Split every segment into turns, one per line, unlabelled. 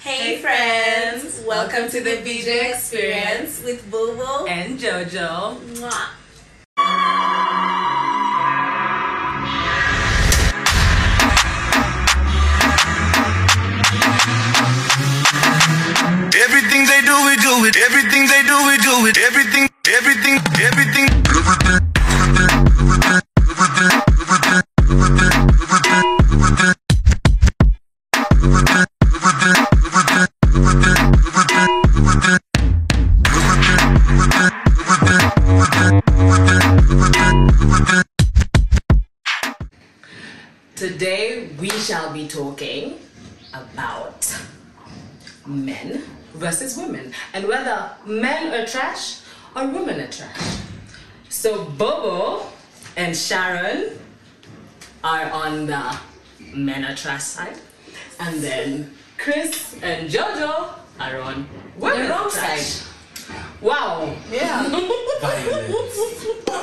Hey friends! Welcome to the BJ Experience with Boo Boo.
and JoJo.
Mwah.
Everything they do, we do it. Everything they do, we do it. Everything, everything, everything.
Today we shall be talking about men versus women and whether men are trash or women are trash. So Bobo and Sharon are on the men are trash side, and then Chris and JoJo are on women
The
are
wrong
trash.
side.
Wow.
Yeah.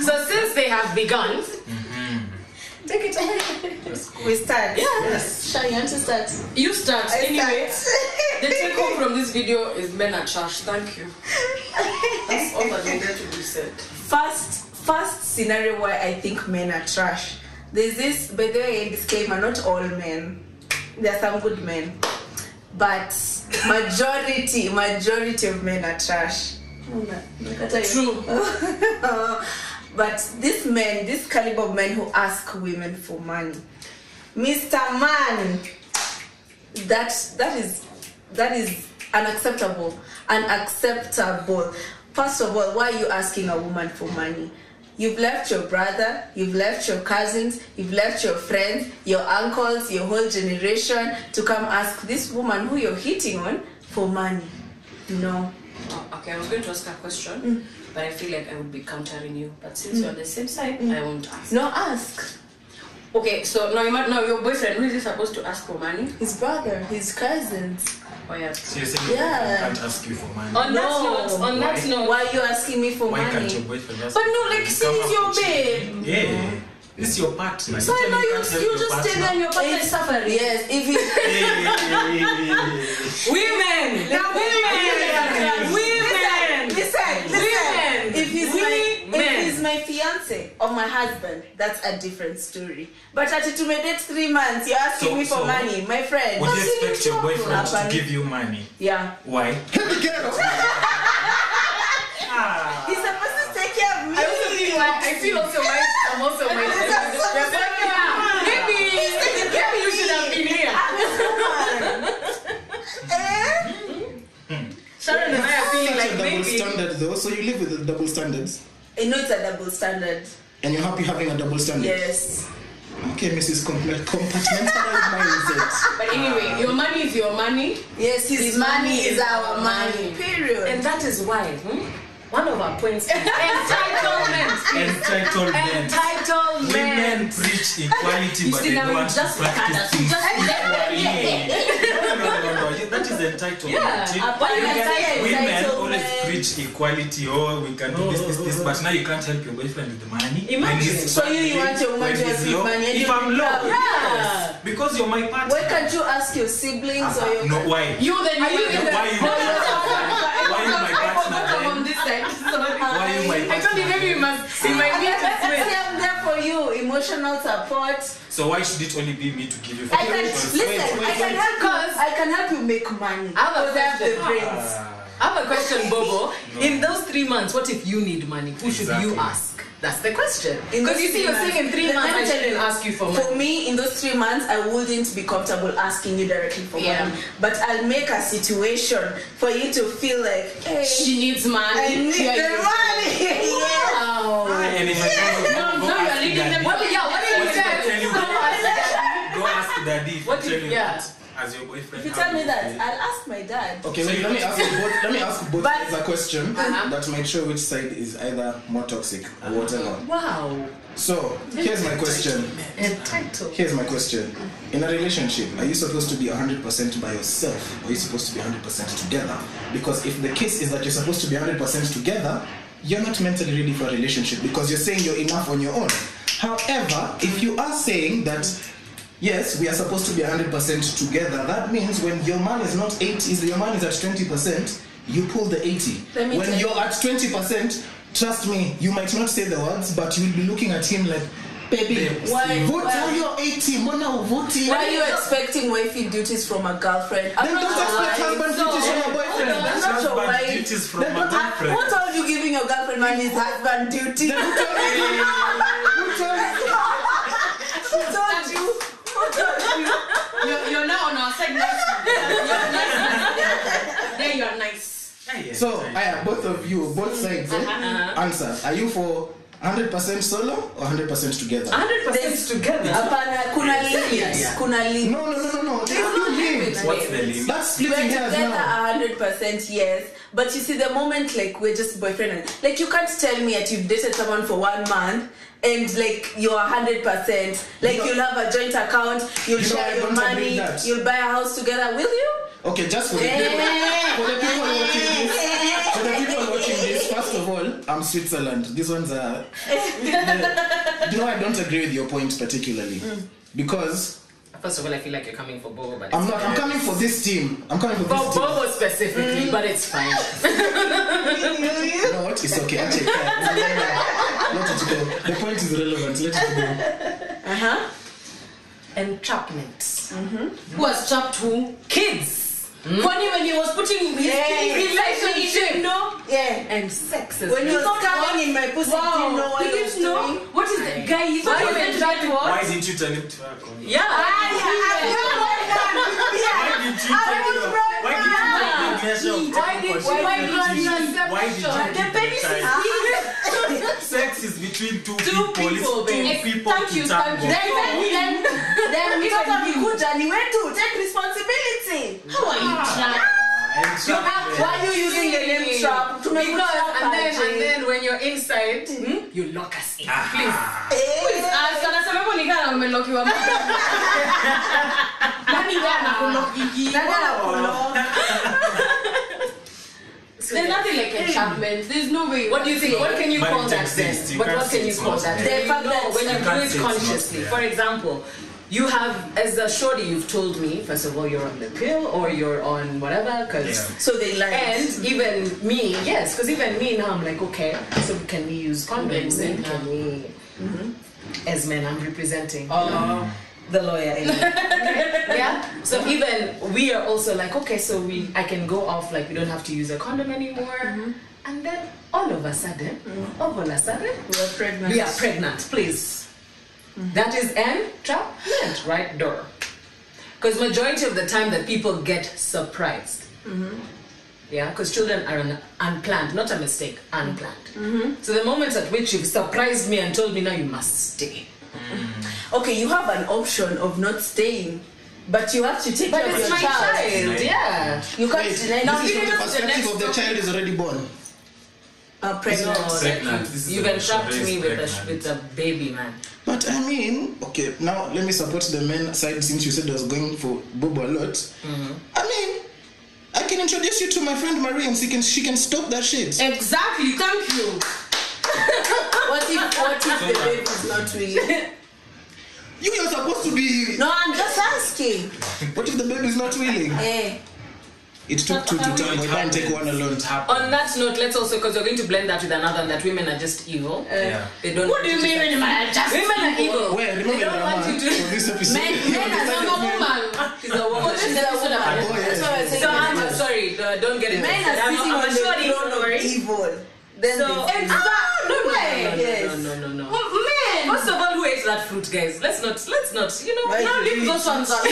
So since they have begun,
Take it We start.
Yes.
Cheyenne to start.
you start anyway. The take home from this video is men are trash. Thank you. That's all that needed to be said.
First, first scenario where I think men are trash. There's this, by the way, disclaimer: not all men. There are some good men, but majority, majority of men are trash.
Oh, True.
but these men, this caliber of men who ask women for money, Mr. Man, that that is that is unacceptable. Unacceptable. First of all, why are you asking a woman for money? You've left your brother, you've left your cousins, you've left your friends, your uncles, your whole generation to come ask this woman who you're hitting on for money. No.
Oh, okay, I was going to ask a question, but I feel like I would be countering you. But since you're on the same side, I won't ask.
No ask.
Okay, so now you might now your boyfriend who is he supposed to ask for money?
His brother, his cousins.
Oh yeah.
So you're saying
Yeah.
I can't ask you for money?
Oh,
On
No.
that note, on that
Why?
note,
Why are you asking me for
Why
money?
can't your boyfriend ask
But
you
no,
for
like,
money?
see,
Come
he's
up
your
with
babe.
you. Yeah. This is your partner.
so I
tell
know
me
you,
can't help
you
your
just stay
partner.
there and your partner
If-
is suffering.
Yes, if he
Hey, hey, hey, hey, hey.
Women! The women! Women!
Listen, listen.
Women.
If he's my if
Women.
he's my fiance or my husband, that's a different story. But at it my date three months, you're asking
So-
me for
so,
money, my friend.
Would
That's
you expect your
really
boyfriend to
trouble.
give you money?
Yeah.
Why?
He's supposed to take care of me.
I feel also my I'm also my
Maybe, maybe you should have been here.
Eh?
Sharon and I are feeling
Such
like
a double
maybe
standard though, so you live with the double standards.
I know it's a double standard.
And you're happy having a double standard.
Yes.
Okay, Mrs. Compl- compartmentalized mindset.
but anyway, your money is your money.
Yes, his, money is our money.
money.
Period.
And that is why hmm, one of our points is
Entitlement.
Entitlement.
entitlement.
Women preach equality,
You
but
see,
they
now
don't
you
want to
just
practice
can't- you
things
just-
equally. No, no, no, no, no. That is entitlement.
Uh,
Yeah, why you
Women-
entitled?
Women
Entitlement.
always preach equality. Oh, we can do this, this, this. But now you can't help your boyfriend with the money. When
Imagine.
he's
So you- you
struggling,
want your
when
man to
he's
have
low.
money and
If
you'll be
I'm low,
proud.
Yeah.
because you're my partner. Ah,
Why can't you ask your siblings or your
No, why?
You then
Are you
you
in
the
the-
Why you?
No, no, no, no, no, no,
Why
no,
you
no,
my
I
partner eh?
forgot I'm
then?
on this side. Sorry.
Why you my
I told you
partner?
maybe you must you might need to
I
wait.
see, I'm there for you. Emotional support.
So why should it only be me to give you?
I can
Because-
listen.
Wait,
I
wait,
can
wait.
help
Cause-
you. I can help you make money.
I have a
Because I have the
question.
brains.
I have a question, Bobo. In those three months, what if you need money? Who should you
Exactly.
ask? That's the question.
In
Because you
those
see, you're saying in three
Let- let
months
me
I
tell
shouldn't ask you for money.
For me, in those three months, I wouldn't be comfortable asking you directly for
Yeah.
money. But I'll make a situation for you to feel like, hey,
She needs money.
I need
Here
the
you go.
money. Yes.
Wow.
And if I
No,
can't, go
no, you're
ask
leading them.
daddy.
What did, yeah, what did
What
you
did I
say?
tell you? Go ask daddy. if I
What did-
tell you
yeah.
that As your
If
boyfriend.
you tell
how
me
you
that,
feel.
I'll ask my dad.
Okay, wait, let me ask you both let me ask both
But-
sides a question
Uh-huh.
that might show which side is either more toxic or whatever.
Wow.
So here's my question.
Entitled.
Here's my question. In a relationship, are you supposed to be 100% by yourself or are you supposed to be 100% together? Because if the case is that you're supposed to be 100% together, you're not mentally ready for a relationship because you're saying you're enough on your own. However, if you are saying that Yes, we are supposed to be 100% together. That means when your man is not 80, is your man is at 20%, you pull the 80.
Let me
When
tell you-
you're at 20%, trust me, you might not say the words, but you'll be looking at him like, baby,
Why-
vote
why-
your 80, mbona uvuti?
Why are you expecting wifey duties from a girlfriend? I'm
Then
not
don't
your
expect
wife.
husband
No.
duties from a boyfriend.
No, I'm
That's
not your
husband
wife.
duties from a
Then don't-
Ah,
boyfriend.
What are you giving your girlfriend man is husband duty?
Then who told you? Who told
Who
you?
told you? Who told you?
You're, you're now on our side. Nice. You're nice. There you're nice.
Ah, yes,
So,
I-
Aya, both of you, both sides, eh?
Uh-huh,
answer. Are you for 100% solo or 100% together?
100% together.
Hapana, kuna limits. Kuna limits.
No, no, no, no, no. There's no limit.
what's the limit?
That's
We're
splitting hairs
together
now.
hundred percent, yes. But you see, the moment like we're just boyfriend and like you can't tell me that you've dated someone for one month and like you're hundred percent, like
You know-
you'll have a joint account, you'll
You know, I
share your
don't agree
money,
with that.
you'll buy a house together, will you?
Okay, just for the people, for the people watching this, for the people watching this. First of all, I'm Switzerland. These ones are. you know, I don't agree with your point particularly
Mm.
because
First of all, I feel like you're coming for Bobo, but it's
I'm not. I'm coming for this team. I'm coming for
For
this team.
Bobo specifically,
Mm.
but it's fine.
You know what? It's okay. I'll take that. Let it go. The point is relevant. Let it go.
Entrapment.
Who has chopped who?
Kids.
Kwani when he was putting his
Yeah.
relationship, no?
Yeah.
And sex is
When
You
you're
thought
scanning
what?
in my pussy,
Wow.
do you know what
He
you're
didn't know?
doing?
What is the guy? He
Why
thought
you
he was
didn't-
trying to
Why
what?
didn't you turn it to her condom?
Yeah.
Ah,
Why did you take it off? Why did you take the measure of
Why did-
taking
why
consideration?
did you-
Why did you
The
take
penis is
time? Sex is between two, people.
people,
It's two
Yes,
people
thank
to
you,
tango.
thank you. Then, then,
Mtoto
then, even you.
amekuja ni wetu, take responsibility.
How are you trying?
And so-
Why are you using the name trap?
Because and then,
Tumekuchapa,
and then when you're inside, you lock us in. Please.
eh.
Ah, sana sana hapo ni kana umelokiwa mama. Nani wewe anakuloki? Nani anakuloki? There's nothing like entrapment. There's no way.
What do you think? What can you
But
call
it
that
exists.
then?
You
But
can't
what
say
can you
it's
call
not
that?
there.
Then
The fact
no,
that
when
you
you do
can't
it
say it's not
consciously.
there.
For example, you have as a shorty, you've told me first of all you're on the pill or you're on whatever because.
Yeah.
So they lied.
And even me, yes, because even me now I'm like, okay, so can we use condoms and can we, as men, I'm representing uh, the lawyer. in me. yeah. So even we are also like, okay, so we, I can go off like we don't have to use a condom anymore, and then all of a sudden, all of a sudden,
We're pregnant.
we are pregnant, please. That is entrapment, right door. Because majority of the time that people get surprised. Yeah, because children are un- unplanned, not a mistake, unplanned. So the moment at which you've surprised me and told me now you must stay.
Okay, you have an option of not staying, but you have to take
But
care of
it's
your
my
child.
child, yeah.
You can't
Wait,
deny
now this
me
is from the
us the
perspective
next
of the child is already born.
a pregnant.
Pregnant. This is
You've
the
entrapped
race
me with a,
pregnant.
with a baby, man.
But I mean, okay, now let me support the men side since you said I was going for Bobo a lot.
Mm-hmm.
I mean, I can introduce you to my friend Marie and she can, she can stop that shit.
Exactly. Thank you.
What if what if the baby is not willing?
You are supposed to be.
No, I'm just asking.
What if the baby's not willing?
Eh.
It took two to tango. You can't take one alone.
It happened.
On that note, let's also, because you're going to blend that with another, that women are just evil.
Yeah.
They don't.
What do you mean when you are just
Women are evil.
Wait, remember
they
your
don't want
man
you to.
for this episode.
Men, men are
I'm
not
a woman.
She's a woman.
She's a woman.
Oh,
That's
yes.
what I was saying.
So I'm I'm sorry, uh, don't get it.
Men
twisted.
are
I'm,
sitting
I'm
on
a
the
shorty,
throne
don't
of
worry.
evil. Then
So-
they
And-
Ah, no
No,
way.
no,
Yes.
no, no, no, no.
Men.
First of all, who ate that fruit, guys? Let's not, let's not, you know,
Right.
now leave those ones out.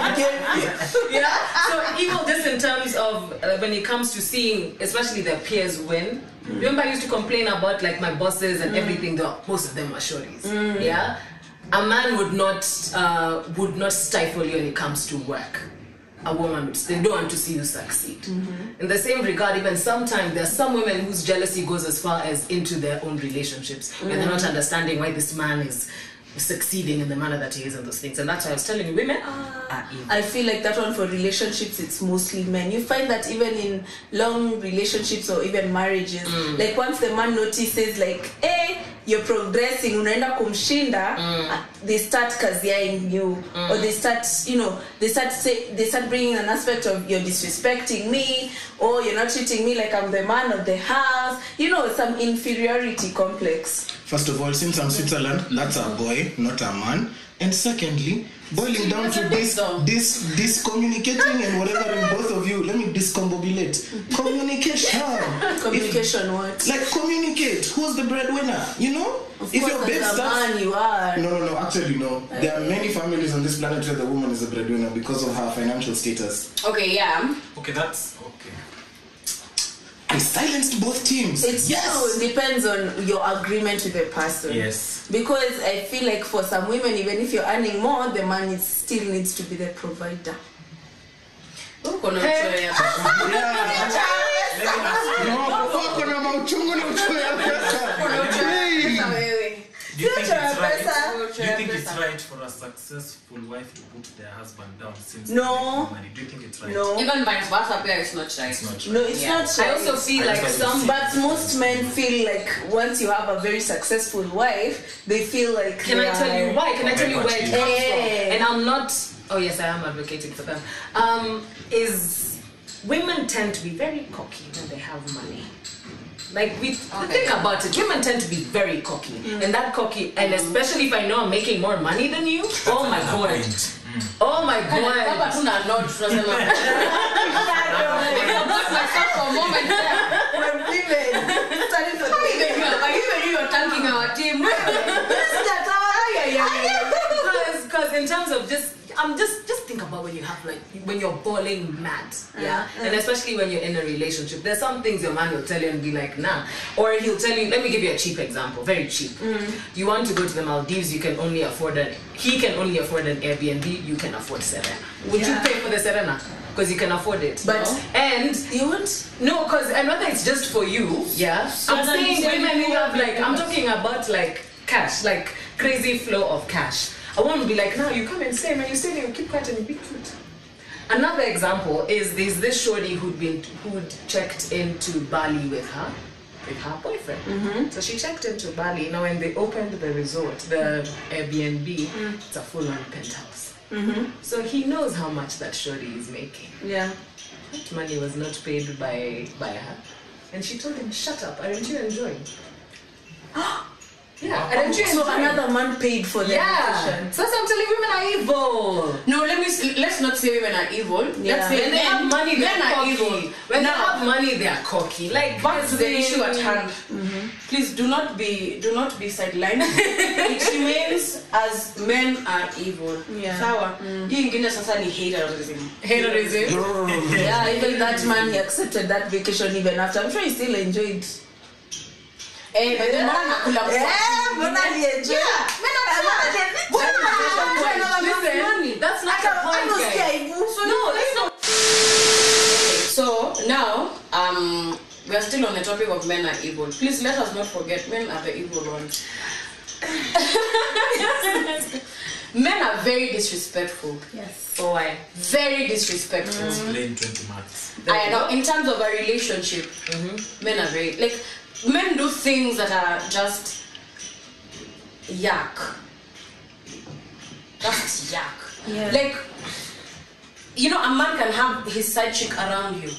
yeah. So evil, just in terms of uh, when it comes to seeing, especially their peers win. Remember, I used to complain about like my bosses and everything. Though most of them were shorties. Yeah. A man would not uh, would not stifle you when it comes to work. A woman, would- they don't want to see you succeed. In the same regard, even sometimes there are some women whose jealousy goes as far as into their own relationships, where they're not understanding why this man is succeeding in the manner that he is and those things. And that's why I was telling you, women are evil.
I feel like that one for relationships, it's mostly men. You find that even in long relationships or even marriages, like once the man notices, like, hey, you're progressing unaenda kumshinda uh, they start kaziaing you or they start you know they start say, they start bringing an aspect of you're disrespecting me or you're not treating me like i'm the man of the house you know some inferiority complex
First of all, since I'm Switzerland, that's a boy, not a man. And secondly, boiling down to this, this discommunicating and whatever in both of you, let me discombobulate. Communication.
communication what
If- like communicate. Who's the breadwinner? You know?
of course as a man you are
No, no, no. Actually, no. There are many families on this planet where the woman is a breadwinner because of her financial status.
Okay, yeah.
Okay, that's okay.
I silenced both teams.
It's yes. true. Depends on your agreement with the person.
Yes.
Because I feel like for some women, even if you're earning more, the man is, still needs to be the provider.
Uko na mchoyo ya
No, fuck, kuna mauchungu na uchoyo ya pesa.
Oh,
Hey.
wewe.
Do you think
Future
it's right?
pesa.
Do you think it's right for a successful wife to put their husband down since
No.
they make money? Do you think it's right?
No,
Even vice versa pia it's not right.
It's not right.
no, it's
Yeah.
not.
I also
right.
feel
I
like
also
some
feel-
But most men feel like once you have a very successful wife, they feel like.
Can
they
I tell
are-
you why? Can I tell you where it comes
Yeah.
from? And I'm not. Oh yes, I am advocating for them. Um, is women tend to be very cocky when they have money. Like we think about it, women tend to be very cocky,
Mm.
and that cocky, and especially if I know I'm making more money than you. Oh my god! Oh my
Hapa
god!
tuna nod tunasema. I got myself for a moment there.
We're women. Starting from women.
But even you are thanking our team.
Let's start our- yeah, yeah, yeah.
Because in terms of just, I'm just just think about when you have like when you're balling mad, yeah,
Uh,
and especially when you're in a relationship. There's some things your man will tell you and be like, nah, or he'll tell you. Let me give you a cheap example, very cheap.
Mm.
You want to go to the Maldives, you can only afford an. He can only afford an Airbnb. You can afford Serena. Would
Yeah.
you pay for the Serena? Because you can afford it.
But-
and
You won't?
no, because and whether it's just for you, yeah. I'm
then
saying
you say
women
you
who have like I'm talking about like cash, like crazy flow of cash. I won't be like, no, you come and stay, man. You stay there, you keep quiet and you be cute. Another example is this this shorty who'd been who'd checked into Bali with her with her boyfriend. So she checked into Bali. Now when they opened the resort, the Airbnb, it's a full on penthouse. So he knows how much that shorty is making.
Yeah.
That money was not paid by by her. And she told him, Shut up, aren't you enjoying? yeah, aren't
Oh,
you
Oh, So
enjoying?
another man paid for the
yeah.
invitation.
So I'm telling women are evil.
No, let me s- let's not say women are evil.
Yeah.
Let's say
When they
men,
have money, they're
men are
cocky.
evil.
When
now,
they have money, they are cocky. Like Mm-hmm.
back to the
thing.
issue at hand. Please do not be do not be sidelined. it remains as men are evil.
Yeah.
Sawa.
Mm.
Hii ingine sasa ni haterism.
Hedonism.
Yeah, even that man, he accepted that vacation even after. I'm sure he still enjoyed.
Eh, by the way, mbona nakula mswaki?
Yeah, mbona alienjoy? Mbona
Listen, that's not the
hata-
point,
hata
guys.
usikia aibu. So
No, let's not. So now, um, we are still on the topic of men are evil. Please let us not forget men are the evil ones. men are very disrespectful.
Yes.
So why?
Very disrespectful.
Explain 20 marks.
I know. In terms of a relationship, men are very like men do things that are just yak. Just yak.
Yeah.
Like you know, a man can have his side chick around you.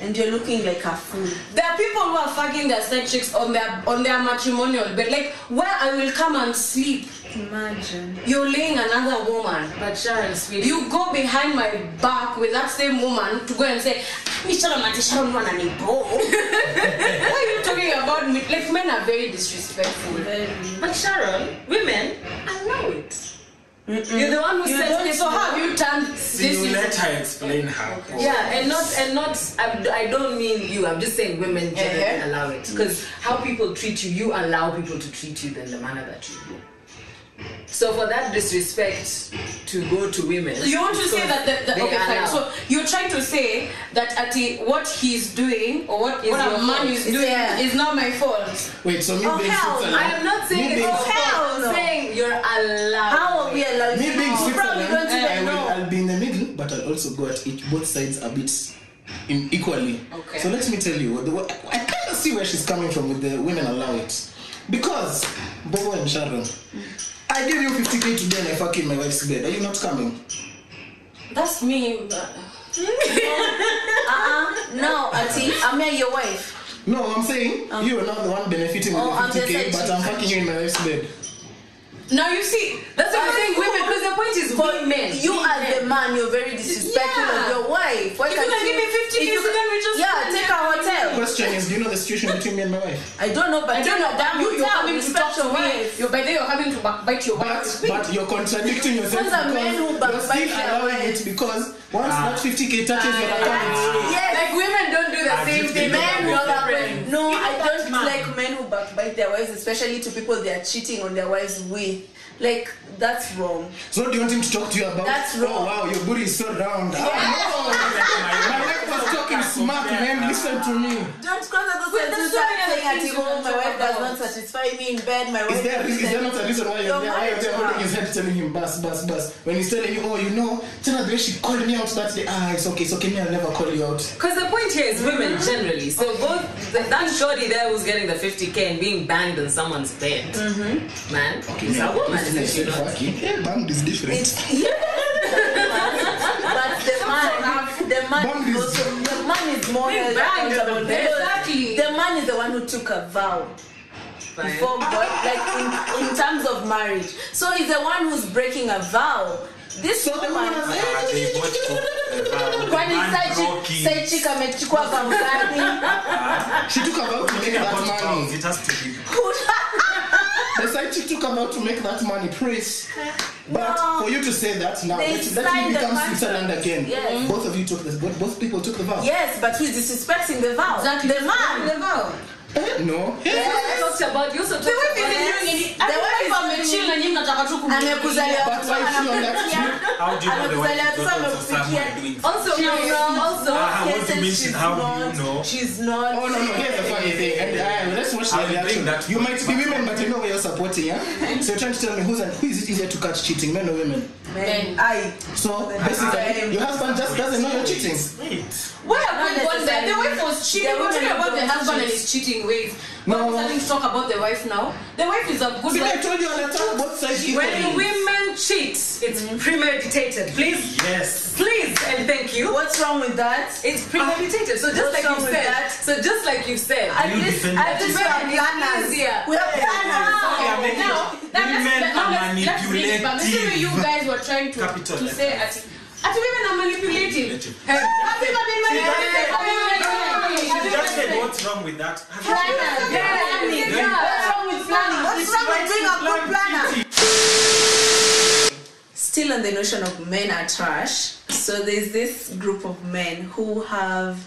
And you're looking like a fool.
There are people who are fucking their side chicks on their on their matrimonial bed. Like where I will come and sleep,
Imagine.
you're laying another woman.
But Sharon, sweetie.
You go behind my back with that same woman to go and say, "Mi Sharon Mati, Sharon Wana ni bro." Why are you talking about me? Like men are very disrespectful.
But Sharon, women allow it. You're the one who
You
says
don't-
this.
so how have you turned this
You
into-
let her explain her. point.
Yeah, and not and not. I'm, I don't mean you. I'm just saying women generally
Uh-huh.
allow it because how people treat you, you allow people to treat you than the manner that you do. So for that disrespect to go to women,
You want to say
because
that the, the
they
okay,
allow.
fine. so you're trying to say that at the, what he's doing or what,
Is
what
your
a man
fault.
is doing
Yeah.
is not my fault.
Wait, so me
Oh,
being
hell,
I
Switzerland.
am not
me
saying it's
being-
your fault.
Hell no.
I'm saying you're allowed.
How are we allowed
Me being
to Probably
Switzerland,
don't
I
even
will,
know.
I'll be in the middle, but I'll also go at it, both sides a bit in, equally.
Okay.
So let me tell you, what the, what, I kind of see where she's coming from with the women allow it. Because, Bobo and Sharon, I gave you 50k today and I fuck in my wife's bed. Are you not coming?
That's me. but-
Uh-uh. No, Ati, I'm here, your wife.
No, I'm saying you are not the one benefiting with
Oh, I'm
the
the side
50k, but I'm fucking you in my wife's bed.
Now you see, that's what I'm saying, women, because the point is for men.
You as the man, you're very disrespectful
Yeah.
of your wife. Why
If you
can't
can give me 50
if you
days,
can-
then we just-
yeah, take a hotel.
Question is, do you know the situation between me and my wife?
I don't know, but
I don't know, damn you, you're
yourself
having to talk
respect
to
your
me.
wife.
You're, by then, you're having to backbite your
But,
wife.
but you're contradicting yourself
Those are men who
because you're
backbite
still
their
allowing
wives.
it because once
Ah.
that 50k touches your account,
Yes.
Like, women don't do the same
just
thing.
did that
Men who
with
are
friends.
no, I don't like men who backbite their wives, especially to people they are cheating on their wives with. Like that's wrong.
so do you want him to talk to you about?
That's
Oh
wrong.
wow, your booty is so round. My wife was talking smack, man. Listen to me.
Don't cross the
Wait,
sentence
there's so many other
saying at
things you
home
can
my
talk
wife does
about.
not satisfy me in bed. My wife
Is there,
doesn't
is there not a
satisfy-
reason why you're
Your
there? Why you're
marriage
there holding
man.
his head telling him, bus, bus, bus? When he's telling you, oh, you know, tell her the way she called me out that day. Ah, it's okay, it's okay, me, I'll never call you out.
Because the point here is women generally. So both th- that shorty there who's getting the 50k and being banged in someone's bed, mm-hmm. man, is a woman. Is she not?
Fucking hell, band is different.
But the man, the man
Bond
is
is-
also the man is more held
bang is
accountable.
on
because
exactly.
The man is the one who took a vow
Fine.
before God, like in, in terms of marriage. So he's the one who's breaking a vow. This
So the woman
woman.
was like,
kwani side chick- side chick amechukua kampani
she took about to make that money.
It has to be.
The side chick took about to make that money, praise. But
No.
for you to say that now,
They
that, that
signed
you
the
become
contract.
Switzerland again.
Yes.
Both of you took the, both, both people took the vow.
yes but who's disrespecting the vow
Exactly.
the man the vow
Eh, No.
You talked about you also talked about
The wife is
amechill na nyinyi mnataka tu kum-
amekuzalia
But why is she on that trip?
How do you know the wife
amekuzalia
is
mtoto
daughters of someone
amekufikia
doing?
Also, no, no, also,
Ah, what do you
Yes,
mean?
and
She's how do you
not-
know?
she's not
Oh no no! Here's the funny thing, and uh, let's watch
I'll
the
bring
reaction.
that
you
to-
might be women, but you know where you're supporting, yeah. so you're trying to tell me who's and who is it easier to catch cheating, men or women?
Men. I
So basically, your husband just doesn't know you're cheating.
Wait.
Why have we
Not
gone there? The
necessarily.
wife was cheating.
The
We're talking
women
about the
don't
husband and
cheat.
his cheating ways.
No.
We're starting to talk about the wife now. The wife is a good
See, I
wife.
told you I'll attack both sides
when
equally.
women cheat, it's
Mm-hmm.
premeditated. Please,
Yes.
please, and thank you.
what's wrong with that
It's premeditated. So just
What's
like
wrong
you
with
said.
that?
So just like you said.
at
You
least
defend
at
that.
least we are planners
Yeah.
we are planners
are making-
Now, now let's-
women
now
are
let's- let's bring it back. This is where you guys were trying to,
Capital
to
letters.
say at at women are manipulative.
Manipulative.
Hey, Have you ever been
just-
manipulated? Have you ever been
She
manipulated?
just said, what's wrong with that? Have you-
planners planning what's wrong with planning what's wrong with being a good planner still on the notion of men are trash. So there's this group of men who have,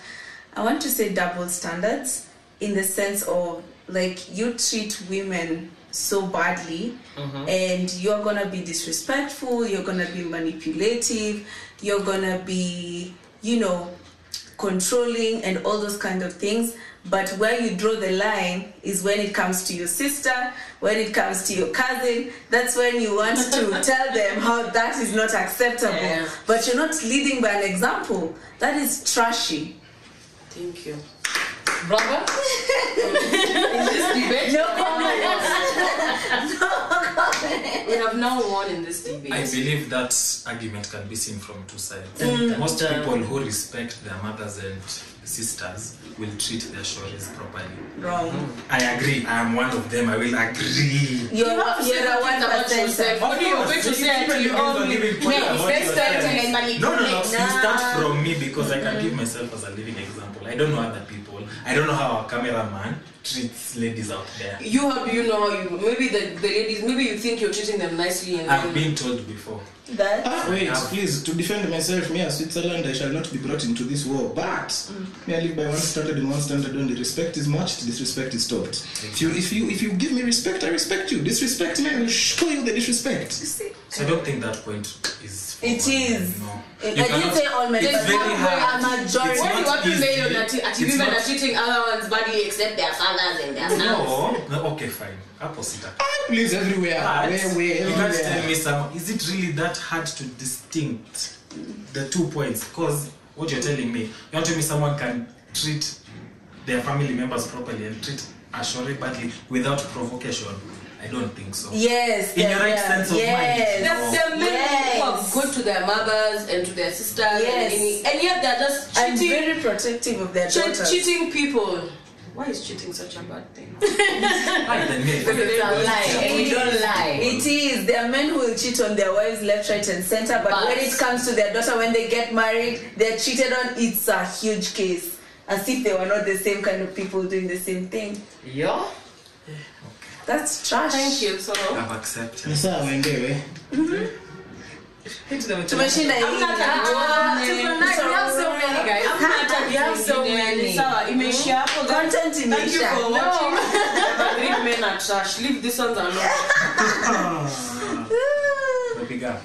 I want to say, double standards in the sense of like you treat women so badly and you're gonna be disrespectful, you're gonna be manipulative, you're gonna be, you know, controlling and all those kind of things. But where you draw the line is when it comes to your sister, when it comes to your cousin. That's when you want to tell them how that is not acceptable.
Yeah.
But you're not leading by an example. That is trashy.
Thank you. Brother,
In this debate,
No comment.
we have now won in this debate.
I believe that argument can be seen from two sides.
Mm.
Most
And, uh,
people who respect their mothers and sisters will treat their shorties properly. Mm.
Wrong.
I agree. I am one of them. I will agree.
You're,
You have to
you're
say
a
the
one
things about
percenter.
yourself.
Of
What do you
course,
want to
you
say um,
keep
to
giving
your
people
own
a living point
men?
about
Best
yourself.
friend and manipulate.
No, no, no. You start from me because I can give
Mm-hmm.
myself as a living example. I don't know other people. I don't know how a cameraman treats ladies out there.
You how do you know how you maybe the, the ladies maybe you think you're treating them nicely and
I've been told before.
That
Ah, Wait, please, to defend myself, me as Switzerland, I shall not be brought into this war. But me, I live by one standard and one standard only. Respect is matched, disrespect is stopped. If you, if you, if you give me respect, I respect you. Disrespect me, I will show you the disrespect.
So I don't think that point is. for
It
all
is.
men, No.
I
You
didn't
cannot-
say all men,
It's
but
very
a
hard.
majority.
It's
Why
Why do you
not
have to say
easy.
you're not at
It's
women
not-
are cheating other ones badly except their fathers and their sons?
No, no, okay, fine. Opposite.
Please, everywhere,
But
Ah, where, where,
you can't tell
everywhere.
me some. Is it really that hard to distinct the two points? Because what you're telling me, you're telling me someone can treat their family members properly and treat Ashore badly without provocation? I don't think so.
Yes.
In your
yeah,
right
yeah.
sense of mind.
yes.
That's
Oh.
the men who are
Yes.
good to their mothers and to their sisters,
Yes.
and, any- and yet they're just
I'm
cheating,
very protective of their
che-
daughters.
cheating people. Why is cheating such a bad thing?
Like the myth.
It's a lie, and we don't lie.
It is. There are men who will cheat on their wives left, right, and center, but,
But-
when it comes to their daughter, when they get married, they're cheated on. It's a huge case. As if they were not the same kind of people doing the same thing.
Yo,
That's trash.
Thank you. So
I've accepted.
Ni sawa waendewe.
Tumeshinda hii.
We have so many. Sawa, imeishia hapo. then.
Content
Thank you
imeisha.
for watching. Never Greet men are trash. Leave these ones alone.
Ah.
Napiga.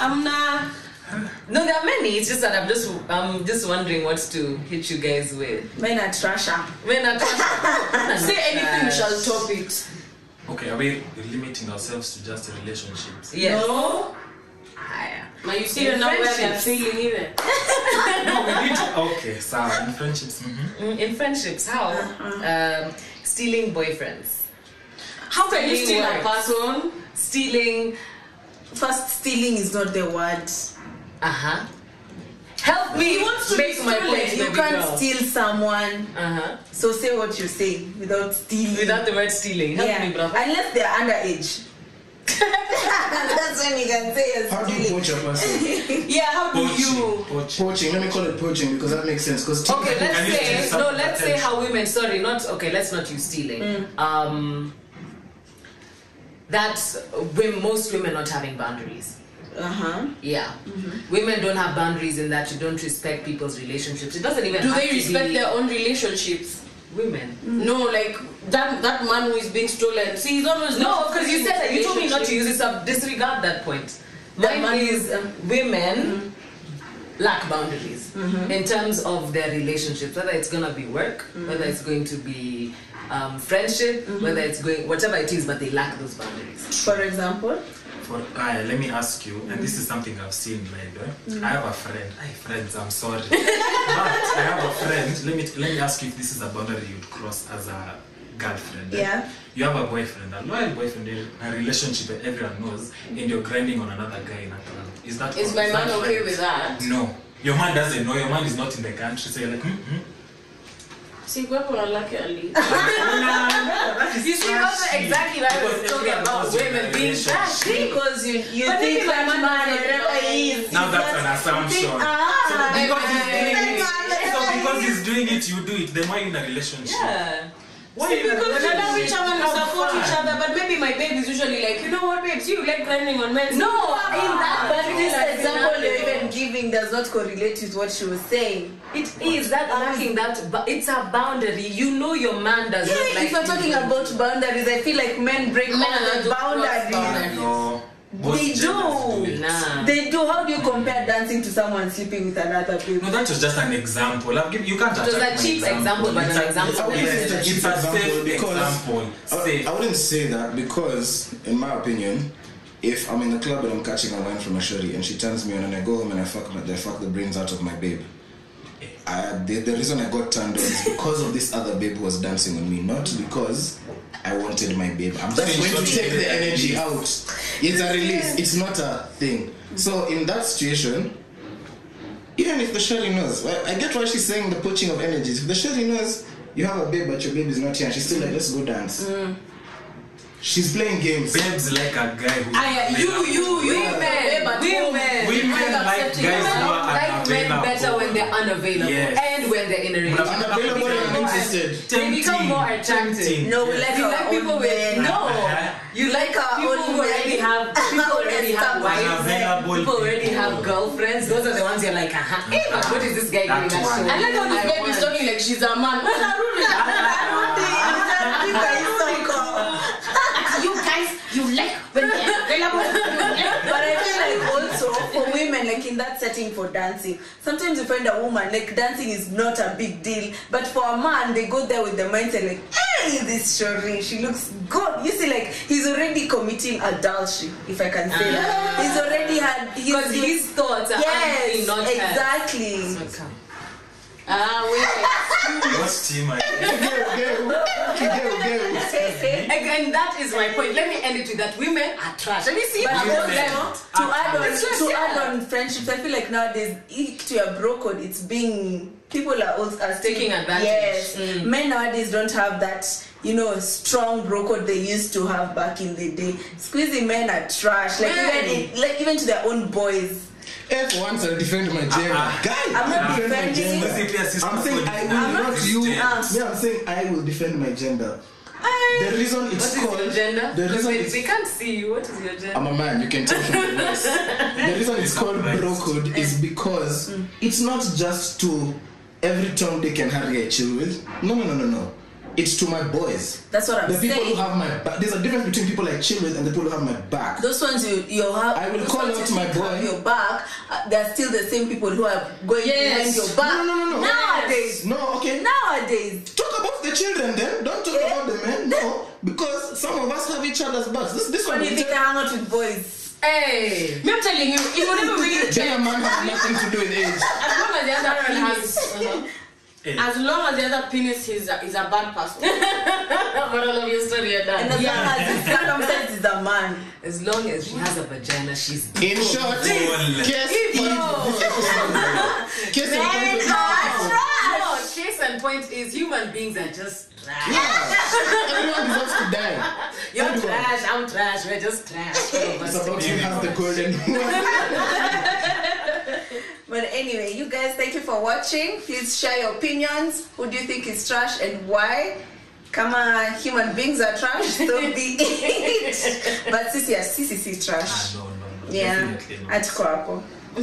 Amna.
no, there are many. It's just that I'm just I'm just wondering what to hit you guys with.
Men are trasher.
When I
Say anything, we shall top it.
Okay, are we limiting ourselves to just relationships?
Yes.
No.
Higher.
Now you see now where they're
Friendships.
failing even.
No, we need to. Okay, Sarah, in friendships. mhm.
Mm, In friendships, how? Um, stealing boyfriends.
How can you steal a
Stealing words.
person?
Stealing.
First, stealing is not the word.
Uh huh. Help me
He wants to be
make my
stolen.
point.
You can't steal someone,
Uh huh.
so say what you say without stealing.
Without the word stealing. Help
yeah.
me, bro.
Unless they're underage. That's when you can say you're
How do you
stealing.
poach a person?
Yeah, how do
Poaching.
you?
Poaching.
Poaching, let me call it poaching because that makes sense. Because
Okay,
Can
let's
you steal
say no.
something
Let's
that
say
helps?
how women. Sorry, not okay. Let's not use stealing. Um, that's when most women not having boundaries.
Uh huh.
Yeah, women don't have boundaries in that you don't respect people's relationships. It doesn't even
Do
have
they
to
respect
be
their own relationships?
women.
No, like that that man who is being stolen. See, he's always
No, because you said that you told me not to use it. So disregard that point.
That
Mine
man-
is um, women lack boundaries
Mm-hmm.
in terms of their relationships, whether it's gonna be work, whether it's going to be um, friendship,
Mm-hmm.
whether it's going whatever it is, but they lack those boundaries.
For example,
For, uh, let me ask you, and this
Mm.
is something I've seen, like, eh? I have a friend. I friends, I'm sorry, but I have a friend. Let me let me ask you if this is a boundary you'd cross as a girlfriend. eh?
Yeah.
You have a boyfriend, a loyal boyfriend, in a relationship that everyone knows, and you're grinding on another guy in a club. Is that?
Is my
that
man okay
right?
with that?
No. Your man doesn't know. Your man is not in the country, so you're like, hmm. hmm.
See, we're gonna like it, Ali.
You see, that's exactly what I was talking about. Women being trashy.
because you you
But
think
maybe my
that
man
man
doesn't
wherever
know.
he is.
Now
is
that's an
that-
assumption.
think, ah,
so because he's
I-
doing it,
I-
so because he's doing it, you do it. Then why are you in a relationship?
Yeah.
Why
See,
you
because we love each other, we
Have
support
fun.
each other, but maybe my babe is usually like, you know what, babes, you like grinding on men.
No, in that but this
Ah,
example
no.
you're even giving does not correlate with what she was saying.
It is that lacking that, but it's a boundary. You know your man does
Yeah,
not like
if you're
you.
talking about boundaries, I feel like men break
Men
all
don't
the
cross
boundaries.
boundaries.
No. Both
They
genders
do.
it.
Nah.
They do. How do you compare dancing to someone sleeping with another
No,
people?
that was just an example. I've given, you can't
was
attack
a
my
cheap example, but
It's
an
a-
example
I wouldn't say it's a
It's
cheap
a
example
safe
because
example.
I,
Safe.
I wouldn't say that because, in my opinion, if I'm in the club and I'm catching a wine from a shorty and she turns me on and I go home and I fuck, my- I fuck the brains out of my babe. I, the, the reason I got turned on is because of this other babe who was dancing on me, not because I wanted my babe. I'm just
you
going
shouldn't
to take
do
the
that.
energy out. It's a release. It's not a thing. So in that situation, even if the shorty knows, well, I get why she's saying the poaching of energies. If the shorty knows you have a babe but your babe is not here, and she's still like, let's go dance.
Mm.
She's playing games.
Babes like a guy who.
I, you, you, you,
Women, women.
Women
I'm
like
accepting.
guys who are
like men
unavailable.
better when they're unavailable
Yes.
and when they're in a relationship.
Unavailable and interested.
They become more attractive.
Tempting.
No, we like
You
our
like
own
people with
men.
no. You like
our
people who
own
already
men.
have people already have wives.
Unavailable
People already have
people.
girlfriends. Those are the ones you're like, uh-huh. hey, but what is this guy doing?
That one.
I like how
I
this babe is
want-
talking like she's a man. What are you doing?
You guys, you like when they're But I feel like also for women, like in that setting for dancing, sometimes you find a woman like dancing is not a big deal, but for a man, they go there with the mindset like, hey, this Shori, she looks good. You see, like he's already committing adultery, if I can say that. He's already had
Because his thoughts are
yes,
angry, not hers.
exactly.
Okay.
Ah, wewe.
What team are you?
And, and that is my point. Let me end it with that. Women are trash. Let me see if
But
I'm
also,
on them.
to add on,
It's just,
to
yeah.
add on friendships, I feel like nowadays, it to your bro code, it's being people are also are still-
Taking advantage. Mm.
Yes, men nowadays don't have that. You know, strong bro code they used to have back in the day. Squeezy men are trash. Like
Men.
even in, like even to their own boys.
F once I defend my gender.
Uh-uh.
Guy,
I'm not
defend my
defending
gender.
you.
Basically, a sister
I'm saying
for
I
you.
will
I'm
not,
not
you.
defending.
Ah.
Yeah, I'm saying I will defend my gender. The reason
What
it's
is
called
your gender?
The
Because
reason Um,
they,
it's,
they can't see you. What is your gender?
I'm a man, you can tell from the voice. The reason it's called bro code is because
Mm.
it's not just to every Tom, Dick, and Harry I chill with. No, no, no, no, no. It's to my boys.
That's what I'm
The people who
saying.
have my back. There's a difference between people I chill with and the people who have my back.
Those ones you you have.
I will
those
call
ones
out
you
my
think
boy.
have Your back. Uh, they're still the same people who are going
Yes.
behind your back.
No, no, no, no.
Nowadays,
No, okay.
nowadays.
Talk about the children then. Don't talk
Yeah.
about the men. No, because some of us have each other's backs. This, this
When
one
you
will
think I
tell
hang out with boys,
Hey!
Me, I'm telling you, it will never really
being a man has nothing to do with age.
As long as the other
Sharon
penis, uh-huh.
Eh.
as long as the other penis is a, is a bad person.
Moral of your story, you're
and
done.
as long as his circumstance is a man.
As long as she has a vagina, she's
In short,
Evil.
case in- case in point of-
No, case and point is human beings are just trash.
Yeah. Everyone deserves to die.
You're
Everyone.
trash, I'm trash, we're just trash. all of us
It's about who
Very
has the
much.
golden one.
But anyway, you guys, thank you for watching. Please share your opinions. Who do you think is trash and why? Kama human beings are trash, so be it. But sisi ya sisi si
Ah,
trash.
no, no, no.
Yeah,
Definitely not.
hatuko hapo.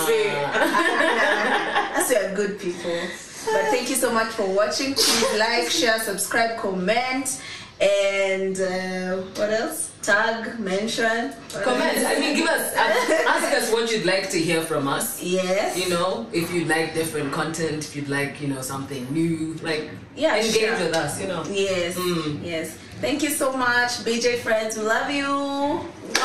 As we are good people. But thank you so much for watching. Please like, share, subscribe, comment, and uh, what else? Tag, mention. What
Comment.
else?
I mean, give us ask us what you'd like to hear from us.
Yes.
You know, if you'd like different content, if you'd like, you know, something new, like
Yeah,
engage
sure.
with us. You know.
Yes. Yes. Thank you so much, BJ friends. We love you.